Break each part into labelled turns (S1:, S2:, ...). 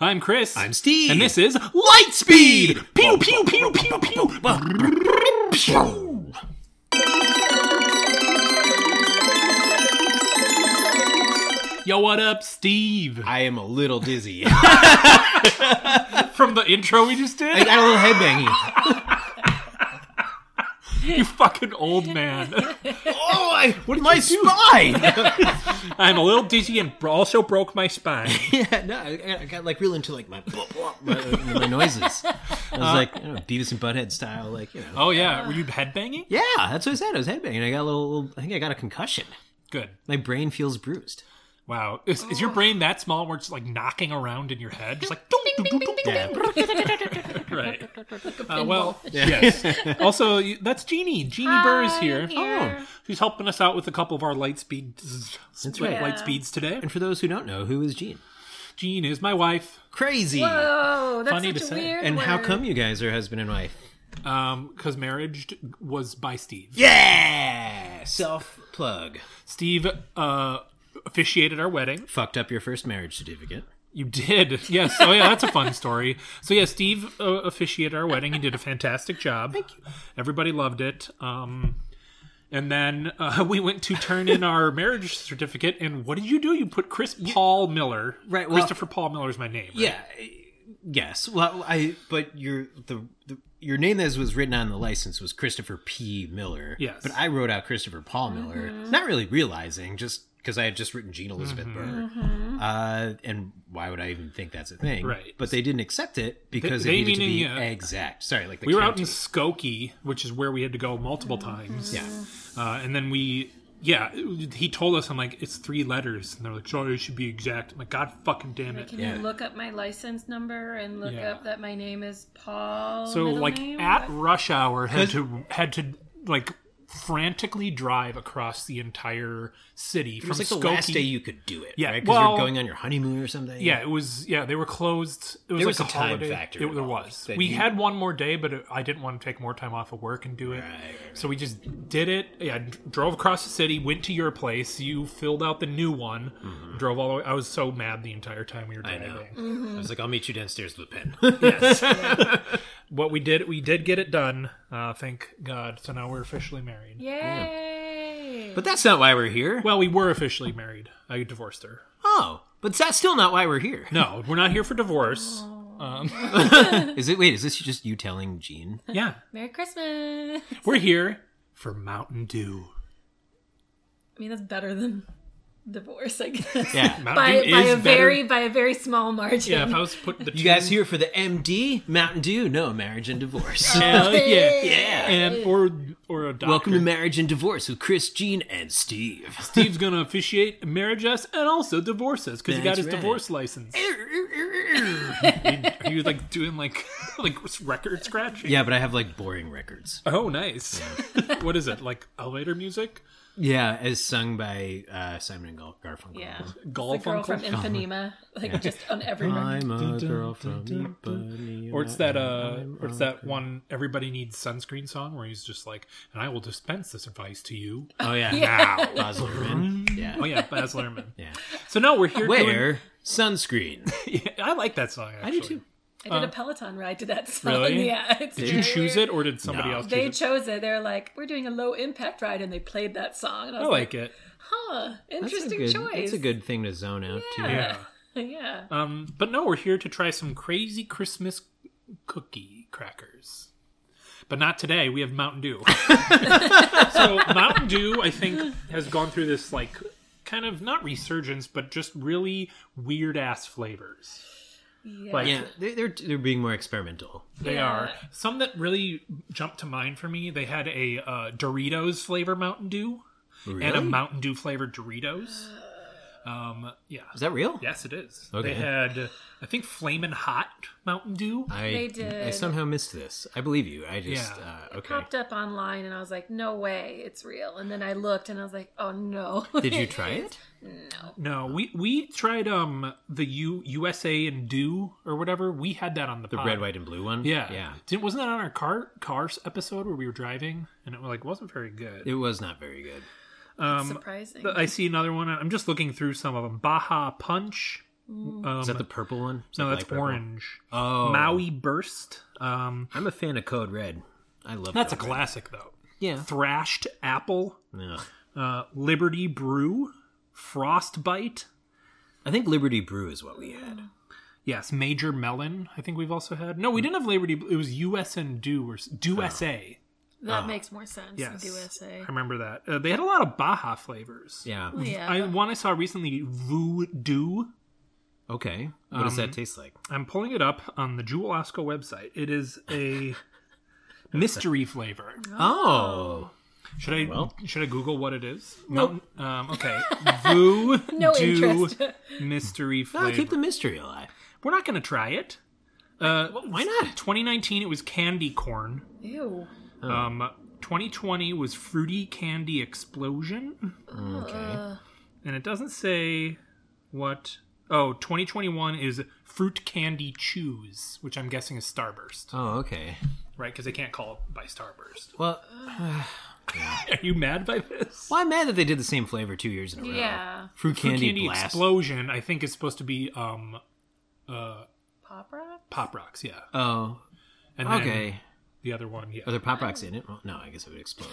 S1: I'm Chris.
S2: I'm Steve.
S1: And this is Lightspeed! Pew, pew, pew, pew, pew! Pew! Yo, what up, Steve?
S2: I am a little dizzy.
S1: From the intro we just
S2: I
S1: did?
S2: got a little headbangy.
S1: You fucking old man.
S2: Oh, I, what my spine?
S1: I'm a little dizzy and also broke my spine.
S2: yeah, no, I, I got like real into like my blah, blah, my, my noises. I was like you know, Beavis and Butthead style, like you know.
S1: Oh, yeah. Were you headbanging?
S2: Yeah, that's what I said. I was headbanging. I got a little, little. I think I got a concussion.
S1: Good.
S2: My brain feels bruised.
S1: Wow. Is, is your brain that small where it's like knocking around in your head? Just like, doo, doo, doo, doo, doo,
S2: Yeah.
S1: doo. right. Uh, well, yes. also, you- that's Jeannie. Jeannie Burr is here.
S2: here.
S1: She's helping us out with a couple of our light speeds.
S2: That's
S1: light-
S2: right.
S1: Light speeds today.
S2: And for those who don't know, who is Gene?
S1: Jean is my wife.
S2: Crazy.
S3: Whoa, Oh, that's
S1: Funny
S3: such
S1: to
S3: a
S1: say.
S3: weird
S2: And how
S3: word.
S2: come you guys are husband and wife?
S1: Um, cause marriage was by Steve.
S2: Yeah, self plug.
S1: Steve uh officiated our wedding.
S2: Fucked up your first marriage certificate.
S1: You did, yes. Oh, yeah, that's a fun story. So, yeah, Steve uh, officiated our wedding. He did a fantastic job. Thank you. Everybody loved it. Um, and then uh, we went to turn in our marriage certificate. And what did you do? You put Chris Paul Miller.
S2: Right, well-
S1: Christopher Paul Miller is my name. right?
S2: Yeah. I- Yes. Well, I but your the, the your name that was written on the license was Christopher P. Miller.
S1: Yes. Mm-hmm.
S2: But I wrote out Christopher Paul Miller, not really realizing just because I had just written Jean Elizabeth
S1: Mm-hmm.
S2: Burr. Uh, and why would I even think that's a thing?
S1: Right.
S2: But they didn't accept it because
S1: they
S2: it needed
S1: meaning,
S2: to
S1: uh,
S2: be exact. Sorry, like the
S1: We were out
S2: county.
S1: in Skokie, which is where we had to go multiple times.
S2: yeah.
S1: Uh, and then we, yeah, he told us, I'm like, it's three letters. And they're like, sorry, it should be exact. I'm like, God fucking damn it.
S3: Can
S2: Yeah.
S3: you look up my license number and look
S1: Yeah.
S3: up that my name is Paul?
S1: So
S3: middle
S1: like
S3: name?
S1: at
S3: What?
S1: rush hour had to had to like frantically drive across the entire city
S2: It
S1: from
S2: was like
S1: Skokie.
S2: the last day you could do it.
S1: Yeah,
S2: Right? Because
S1: well-
S2: you're going on your honeymoon or something.
S1: yeah, it was. Yeah, they were closed. It was
S2: There
S1: like
S2: was
S1: a,
S2: a time
S1: holiday.
S2: factor
S1: It, there
S2: involved
S1: was.
S2: that
S1: We
S2: you-
S1: had one more day, but it, I didn't want to take more time off of work and do it. So we just did it. Yeah, d- drove across the city, went to your place. You filled out the new one, drove all the way. I was so mad the entire time we were
S2: Mm-hmm. I
S1: driving.
S2: know. I was like, I'll meet you downstairs with a pen.
S1: What we did, we did get it done. Uh, thank God. So now we're officially married.
S3: Yay!
S2: but that's not why we're here.
S1: Well, we were officially married. I divorced her.
S2: Oh, but that's still not why we're here.
S1: No, we're not here for divorce.
S3: Oh.
S1: Um,
S2: Is it? Wait, is this just you telling Gene?
S1: yeah,
S3: Merry Christmas. I
S1: we're here for Mountain Dew.
S3: mean, that's better than divorce, I guess.
S2: Yeah.
S1: Mountain
S3: By,
S1: Dew
S3: by
S1: is
S3: a
S1: better-
S3: very by a very small margin.
S1: yeah. If I was to put the
S2: You guys here for the MD Mountain Dew? No, marriage and divorce.
S1: hell yeah,
S2: yeah.
S1: and or or a doctor.
S2: Welcome to Marriage and Divorce with Chris, Gene, and Steve.
S1: Steve's gonna officiate, marriage us, and also divorce us because he got
S2: That's
S1: his
S2: right.
S1: divorce license. Are you like doing like like record scratching?
S2: yeah, but I have like boring records.
S1: Oh, nice. what is it like? Elevator music?
S2: Yeah, as sung by uh, Simon and Gar- Garfunkel.
S3: Yeah. It's The
S1: Golf
S3: girl from
S1: uncle?
S3: Ipanema, like just on every record.
S2: I'm a girl
S1: dun,
S2: from
S1: dun,
S2: Ipanema,
S1: Or it's that
S2: and
S1: uh,
S2: I'm
S1: or it's
S2: a-
S1: that one everybody needs sunscreen song where he's just like, and I will dispense this advice to you
S2: Oh yeah,
S1: now.
S2: Baz Luhrmann. Yeah,
S1: Oh yeah, Baz Luhrmann.
S2: yeah.
S1: So now we're here.
S2: Wear sunscreen.
S1: Doing, I like that song. Actually.
S2: I do too.
S3: I did a Peloton ride to that song.
S1: Uh, really?
S3: Yeah. It's
S1: Did you choose it, or did somebody
S2: No.
S1: else
S3: They
S1: choose it?
S3: chose it. They were like, "We're doing a low impact ride," and they played that song. And I
S1: I
S3: was
S1: Oh, like it.
S3: Huh,
S2: That's a
S3: interesting
S2: good.
S3: choice.
S2: That's a good thing to zone out to.
S1: Yeah.
S3: yeah.
S1: Um, but no, we're here to try some crazy Christmas cookie crackers. But not today. We have Mountain Dew. so Mountain Dew, I think, has gone through this like kind of not resurgence, but just really weird ass flavors.
S3: yeah.
S1: Like
S2: Yeah, they- they're they're being more experimental.
S1: They
S3: Yeah.
S1: are some that really jumped to mind for me. They had a uh, Doritos flavor Mountain Dew and a
S2: Really?
S1: Mountain Dew flavored Doritos. Um, yeah,
S2: Is that real?
S1: yes, it is.
S2: Okay.
S1: They had, I think, Flamin' Hot Mountain Dew.
S2: I,
S3: They did.
S2: I somehow missed this. I believe you. I just
S1: Yeah.
S2: uh, okay.
S3: popped up online and I was like, no way, it's real. And then I looked and I was like, oh no.
S2: Did you try it?
S1: No, we we tried um the U USA and Dew or whatever. We had that on the
S2: The
S1: pod.
S2: red, white, and blue one.
S1: Uh, Yeah,
S2: yeah.
S1: Didn't wasn't that on our car cars episode where we were driving and it like wasn't very good.
S2: It was not very good.
S3: Surprising.
S1: uh, I see another one. I'm just looking through some of them. Baja Punch, Um,
S2: Is that the purple one? Is
S1: no,
S2: that
S1: that's
S2: light purple?
S1: orange.
S2: Oh,
S1: Maui Burst. Um,
S2: I'm a fan of Code Red. I love.
S1: that's a
S2: Code Red.
S1: classic though.
S2: Yeah.
S1: Thrashed Apple,
S2: Ugh.
S1: uh, Liberty Brew, Frostbite.
S2: I think Liberty Brew is what we had.
S1: Yes, Major Melon. I think we've also had. No, we didn't have Liberty. Blue. It was US and Do or Do
S2: Oh.
S1: SA.
S3: That makes more sense.
S1: Yes,
S3: Do essay.
S1: I remember that. Uh, they had a lot of Baja flavors.
S2: Yeah.
S3: Well, yeah.
S1: I, one I saw recently, Voodoo.
S2: Okay. What does
S1: Um,
S2: that taste like?
S1: I'm pulling it up on the Jewel Osco website. It is a mystery flavor.
S2: Oh.
S1: Should I
S2: Well.
S1: should I Google what it is? Nope. um, okay. Voodoo
S3: no interest.
S1: mystery
S2: No,
S1: flavor.
S2: Ah, keep the mystery alive.
S1: We're not going to try it. Uh,
S2: Why not? Oh.
S1: 2019, it was candy corn.
S3: Ew.
S1: Um, 2020 was fruity candy explosion,
S2: Okay.
S1: and it doesn't say what. Oh, 2021 is fruit candy chews, which I'm guessing is Starburst,
S2: Oh, okay.
S1: right? Because they can't call it by Starburst.
S2: Well,
S1: Are you mad by this?
S2: well, I'm mad that they did the same flavor two years in a row.
S3: Yeah.
S2: Fruit candy,
S1: Fruit candy
S2: blast.
S1: explosion, I think, is supposed to be um
S3: Pop rock?
S1: pop rocks, yeah.
S2: oh.
S1: And then
S2: Okay.
S1: the other one, yeah.
S2: Are there pop rocks in it? Well, no, I guess it would explode.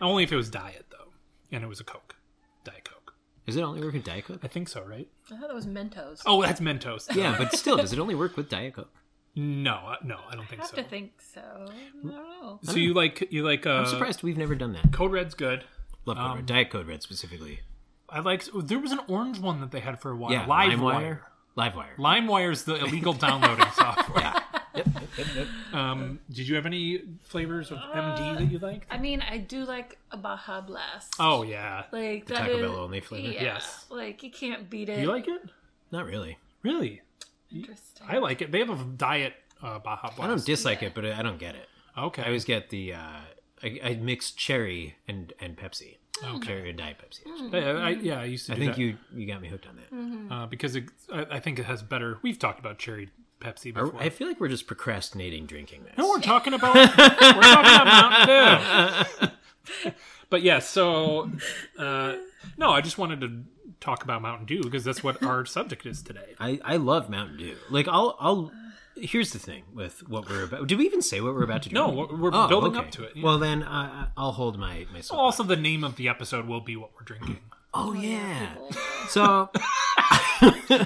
S1: Only if it was diet though, and it was a Coke, Diet Coke.
S2: Does it only work with Diet Coke?
S1: I think so, right?
S3: I thought that was Mentos.
S1: Oh, that's Mentos.
S2: Yeah, but still, does it only work with Diet Coke?
S1: No, uh, no, I don't
S3: I
S1: think
S3: have
S1: so. Mm.
S3: to think so. I don't know.
S1: So you like you like uh,
S2: Hmm.
S1: um,
S2: I'm surprised we've never done that.
S1: Code Red's good.
S2: Love Code Red. Diet Code Red specifically.
S1: I like. oh, There was an orange one that they had for a while.
S2: Yeah,
S1: Live
S2: LimeWire.
S1: Wire.
S2: LiveWire.
S1: LimeWire's the illegal downloading software.
S2: yeah. Yep, yep, yep, yep.
S1: Um, did you have any flavors of MD that you liked?
S3: Uh, I mean, I do like a Baja Blast.
S1: Oh yeah,
S3: Like that
S2: Taco
S3: is-
S2: Bell only flavor?
S3: Yeah,
S1: Yes.
S3: Like you can't beat it.
S1: you like it?
S2: Not really.
S1: Really?
S3: Interesting.
S1: I like it. They have a diet uh, Baja Blast.
S2: I don't dislike it, but I don't get it.
S1: okay.
S2: I always get the uh, I, I mix cherry and and Pepsi.
S1: Okay.
S2: Cherry and diet Pepsi. actually.
S1: I, I, yeah, I used to.
S2: I
S1: do
S2: think
S1: that.
S2: you you got me hooked on that.
S1: uh, because it, I, I think it has better. We've talked about cherry Pepsi
S2: Are-
S1: before.
S2: I feel like we're just procrastinating drinking this.
S1: No, we're talking about we're talking about Mountain Dew. but yeah, so uh, no, I just wanted to talk about Mountain Dew because that's what our subject is today.
S2: I, I love Mountain Dew. Like I'll I'll here's the thing with what we're about. Did we even say what we're about to do?
S1: No, we're- we're
S2: Oh,
S1: building
S2: okay.
S1: up to it. yeah. Oh.
S2: Well then I, I- I'll hold my my. soap.
S1: also the name of the episode will be what we're drinking.
S2: Oh yeah. So.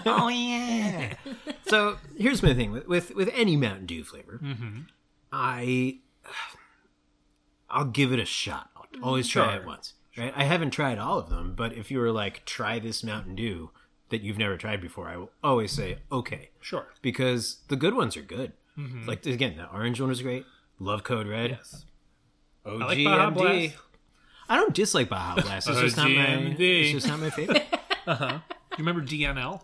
S2: oh yeah. So here's my thing with with, with any Mountain Dew flavor,
S1: Mm-hmm.
S2: I I'll give it a shot. I'll always try
S1: Sure.
S2: it once. Right. I haven't tried all of them, but if you were like try this Mountain Dew that you've never tried before, I will always say okay
S1: Sure.
S2: because the good ones are good. Like again, the orange one was great. Love Code
S1: Mm-hmm.
S2: Red.
S1: Yes.
S2: OGMD.
S1: like Baja Blast.
S2: I don't dislike Baja Blast. It's just not my.
S1: OGMD.
S2: It's just not my favorite.
S1: You remember DNL?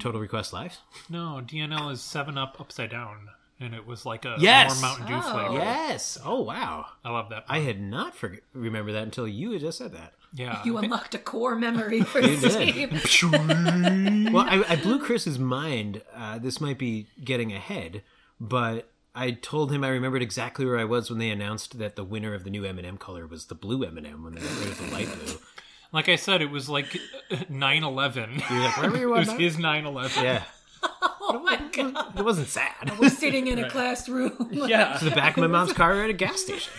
S2: Total Request Live.
S1: No, DNL is Seven Up Upside Down, and it was like a
S2: Yes!
S1: more Mountain Dew
S3: Oh.
S1: flavor.
S2: Yes. Oh wow.
S1: I love that.
S2: I had not for- remember that until you had just said that.
S1: yeah.
S3: You unlocked a core memory for
S2: did.
S3: Steve.
S2: Well, I, I blew Chris's mind. Uh, this might be getting ahead, but I told him I remembered exactly where I was when they announced that the winner of the new M&M color was the blue M&M when they got rid of the light blue.
S1: like I said, it was like 9/11.
S2: You're like, wherever you
S1: It
S2: were.
S1: was
S2: Mark?
S1: his 9/11.
S2: Yeah.
S3: Oh my god.
S2: It wasn't sad.
S3: Sitting in a classroom.
S1: Yeah.
S2: the back of my mom's car at a gas station.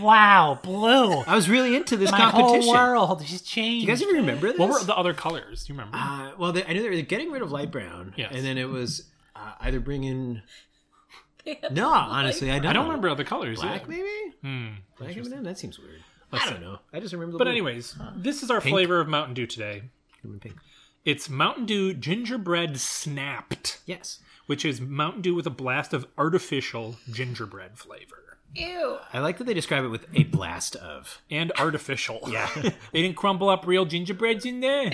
S4: Wow, blue.
S2: I was really into this
S4: My
S2: competition.
S4: whole world has changed. Ah,
S2: You guys ever remember this?
S1: What were the other colors? Do you remember?
S2: uh, well, they, I knew they were getting rid of light brown,
S1: Yes.
S2: and then it was uh, either bringing. No, honestly, I don't.
S1: I don't remember Hmm. other colors.
S2: black,
S1: yeah.
S2: maybe. Black M&M. That seems weird. I don't know. I just remember. The
S1: But
S2: blue.
S1: anyways, this is our flavor of Mountain Dew today.
S2: Human pink.
S1: It's Mountain Dew gingerbread snapped,
S2: Yes,
S1: which is Mountain Dew with a blast of artificial gingerbread flavor.
S3: Ew.
S2: I like that they describe it with a blast of.
S1: And artificial. Yeah. they didn't crumble up real gingerbreads in there.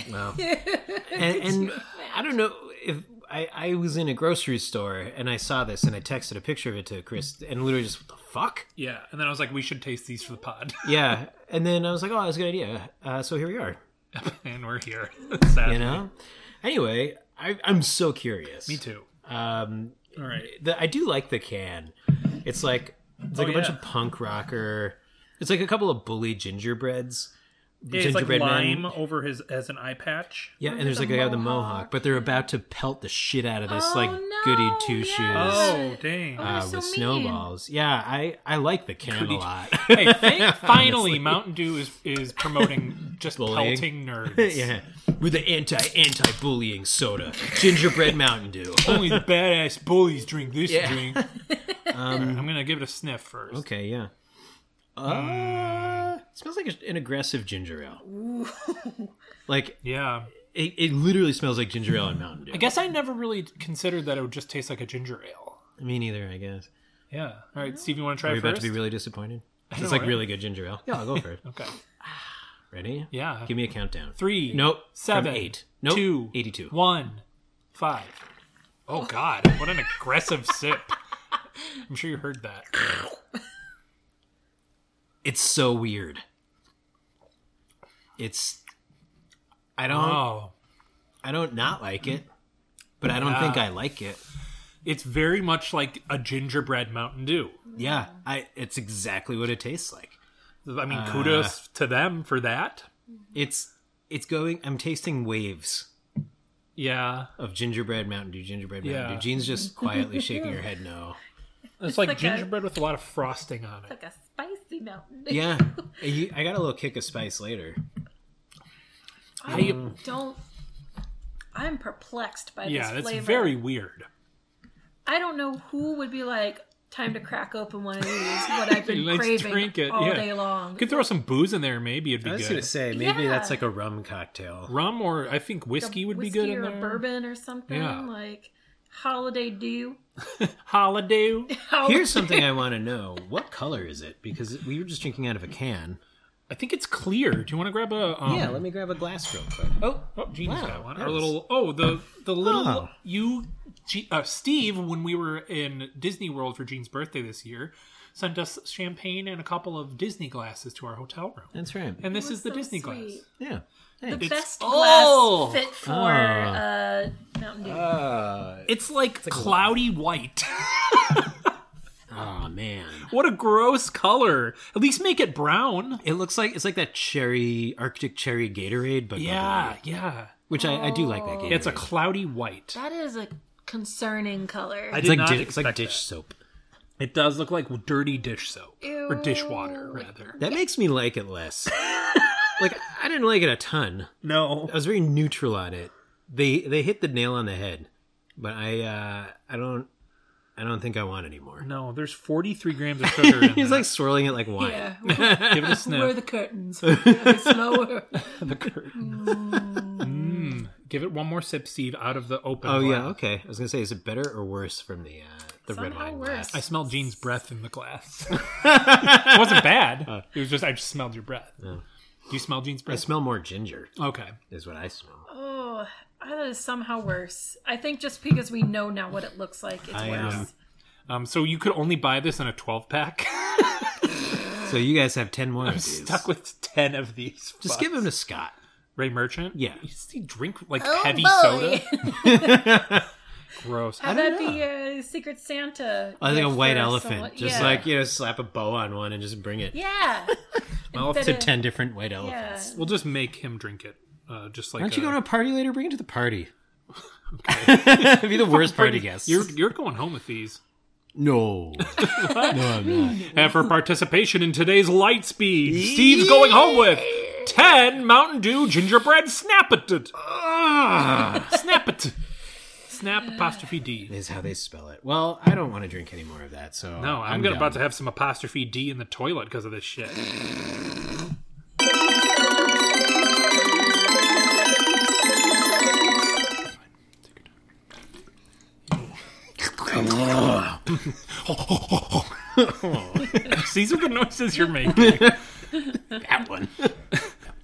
S2: and, and I don't know if I, I was in a grocery store and I saw this and I texted a picture of it to Chris and literally just what the fuck.
S1: Yeah. And then I was like, we should taste these for the pod.
S2: Yeah, and then I was like, oh, that's a good idea. Uh, so here we are.
S1: and we're here.
S2: You
S1: Sadly.
S2: know. Anyway, I, I'm so curious.
S1: Me too.
S2: Um,
S1: All right.
S2: the, I do like the can. It's like it's like
S1: Oh,
S2: a bunch
S1: yeah.
S2: of punk rocker. It's like a couple of bully gingerbreads
S1: Yeah, it's like
S2: gingerbread
S1: lime
S2: man.
S1: over his as an eye patch.
S2: Yeah, and
S3: Look
S2: there's
S3: at
S2: like
S3: the
S2: a guy with a mohawk,
S3: mohawk.
S2: but they're about to pelt the shit out of this
S3: Oh,
S2: like
S3: no,
S2: goody two shoes
S3: yes.
S1: Oh dang!
S3: Oh,
S2: uh,
S3: they're so
S2: with
S3: mean.
S2: snowballs. Yeah, I I like the Camelot.
S1: hey, thank, finally, Mountain Dew is is promoting just
S2: Bullying.
S1: pelting nerds.
S2: yeah, with the anti anti bullying soda, gingerbread Mountain Dew.
S1: Only the badass bullies drink this
S2: Yeah. Um,
S1: drink. Um, I'm gonna give it a sniff first.
S2: Okay, yeah.
S1: Hmm.
S2: Uh, it smells like a, an aggressive ginger ale. Like
S1: Yeah,
S2: it, it literally smells like ginger ale and Mountain Dew.
S1: I guess I never really considered that it would just taste like a ginger ale.
S2: Me neither. I guess.
S1: Yeah. All right, Steve, you want to try
S2: Are we
S1: first?
S2: about to be really disappointed?
S1: know,
S2: It's like
S1: right?
S2: really good ginger ale. Yeah, I'll go for it.
S1: okay.
S2: Ready?
S1: Yeah.
S2: Give me a countdown.
S1: Three.
S2: Nope.
S1: Seven.
S2: From eight. Nope.
S1: Two.
S2: 82.
S1: One. Five. Oh God! What an aggressive sip. I'm sure you heard that.
S2: It's so weird. It's. I don't.
S1: Oh,
S2: I don't not like it, but I don't think I like it.
S1: it's very much like a gingerbread Mountain Dew.
S2: Yeah, I. It's exactly what it tastes like.
S1: I mean, kudos
S2: Ah.
S1: to them for that.
S2: It's. It's going. I'm tasting waves
S1: Yeah,
S2: of gingerbread Mountain Dew. Gingerbread Mountain
S1: Yeah.
S2: Dew. Jean's just quietly shaking her head no.
S1: it's, like,
S3: like a-
S1: gingerbread with a lot of frosting on it.
S3: Like a spicy mountain. Dew.
S2: Yeah, You- I got a little kick of spice later.
S3: I don't. I'm perplexed by
S1: Yeah,
S3: this
S1: that's
S3: flavor.
S1: very weird.
S3: I don't know who would be like, time to crack open one of these. What I've been
S1: Let's
S3: craving
S1: drink it,
S3: all
S1: yeah.
S3: day long.
S1: You could throw some booze in there, maybe it'd be
S2: I was
S1: good.
S2: gonna say maybe
S3: Yeah.
S2: that's like a rum cocktail.
S1: Rum or I think whiskey would be good
S3: Whiskey
S1: in
S3: or
S1: there.
S3: bourbon or something
S1: Yeah.
S3: like holiday dew.
S1: Holiday.
S3: Oh.
S2: Here's something I want to know: What color is it? Because we were just drinking out of a can.
S1: I think it's clear. Do you want to grab a? Um,
S2: Yeah, let me grab a glass real quick.
S1: Oh, oh, Genie's
S2: Wow,
S1: got one.
S2: that
S1: Our
S2: was-
S1: little oh the the little
S2: Oh.
S1: you G, uh, Steve when we were in Disney World for Gene's birthday this year sent us champagne and a couple of Disney glasses to our hotel room,
S2: That's right.
S1: and this
S3: That's
S1: is the
S3: so
S1: Disney
S3: sweet.
S1: glass.
S2: Yeah.
S3: The
S1: It's- Ah.
S3: best
S1: Oh!
S3: glass fit for uh, Mountain Dew.
S2: Uh,
S1: It's like cloudy white.
S2: oh man,
S1: what a gross color! At least make it brown.
S2: it looks like it's like that cherry Arctic cherry Gatorade, but
S1: Yeah,
S2: bubbly,
S1: yeah.
S2: which I, I do like that Gatorade.
S1: It's a cloudy white.
S3: that is a concerning color.
S1: I
S2: it's
S1: did
S2: like
S1: not
S2: di- it's like
S1: expect
S2: dish
S1: that.
S2: soap.
S1: It does look like dirty dish soap or
S3: Ew.
S1: dishwater rather.
S2: That makes me like it less. like I didn't like it a ton.
S1: No,
S2: I was very neutral on it. They they hit the nail on the head, but I uh, I don't I don't think I want any more.
S1: no. There's 43 grams of sugar. in
S2: He's
S1: that.
S2: like swirling it like wine.
S3: yeah,
S1: give it a
S3: where are
S1: sniff.
S3: the curtains? Yeah, slower.
S1: Mm. Give it one more sip, Steve, out of the open.
S2: Oh
S1: glass.
S2: yeah, okay. I was gonna say, is it better or worse from the uh, the red
S3: Somehow
S2: wine
S3: worse.
S2: glass?
S1: I smelled Gene's breath in the glass. it wasn't bad. It was just I just smelled your breath. Do you smell Gene's
S2: Uh. I
S1: breath?
S2: smell more ginger.
S1: okay.
S2: Is what I smell.
S3: Oh, that is somehow worse. I think just because we know now what it looks like, it's
S2: I,
S3: worse.
S2: um,
S1: Um, so you could only buy this in a 12 pack.
S2: So you guys have ten more of these.
S1: Stuck with 10 of these.
S2: Just give them to Scott.
S1: Ray Merchant.
S2: Yeah.
S1: You see, drink like
S3: Oh,
S1: heavy
S3: boy.
S1: soda. Gross.
S3: Have
S2: don't
S3: that be a Secret Santa.
S2: I think a
S3: gift
S2: white
S3: for
S2: elephant.
S3: uh, someone-
S2: Just
S3: yeah.
S2: like you know, slap a bow on one and just bring it.
S3: yeah,
S2: Well, up
S3: instead
S2: to
S3: of-
S2: ten different white
S3: yeah.
S2: elephants.
S1: We'll just make him drink it. Uh, just like
S2: Why don't you
S1: uh,
S2: go to a party later? Bring it to the party. okay. Be the worst party guest.
S1: You're you're going home with these.
S2: No. no, I'm not.
S1: And for participation in today's light speed, Steve's going home with 10 Mountain Dew gingerbread snap it.
S2: Ah,
S1: Snap it. Snap apostrophe D.
S2: is how they spell it. Well, I don't want to drink any more of that, so
S1: No, I'm, gonna about to have some apostrophe D in the toilet because of this shit. These are the noises you're making.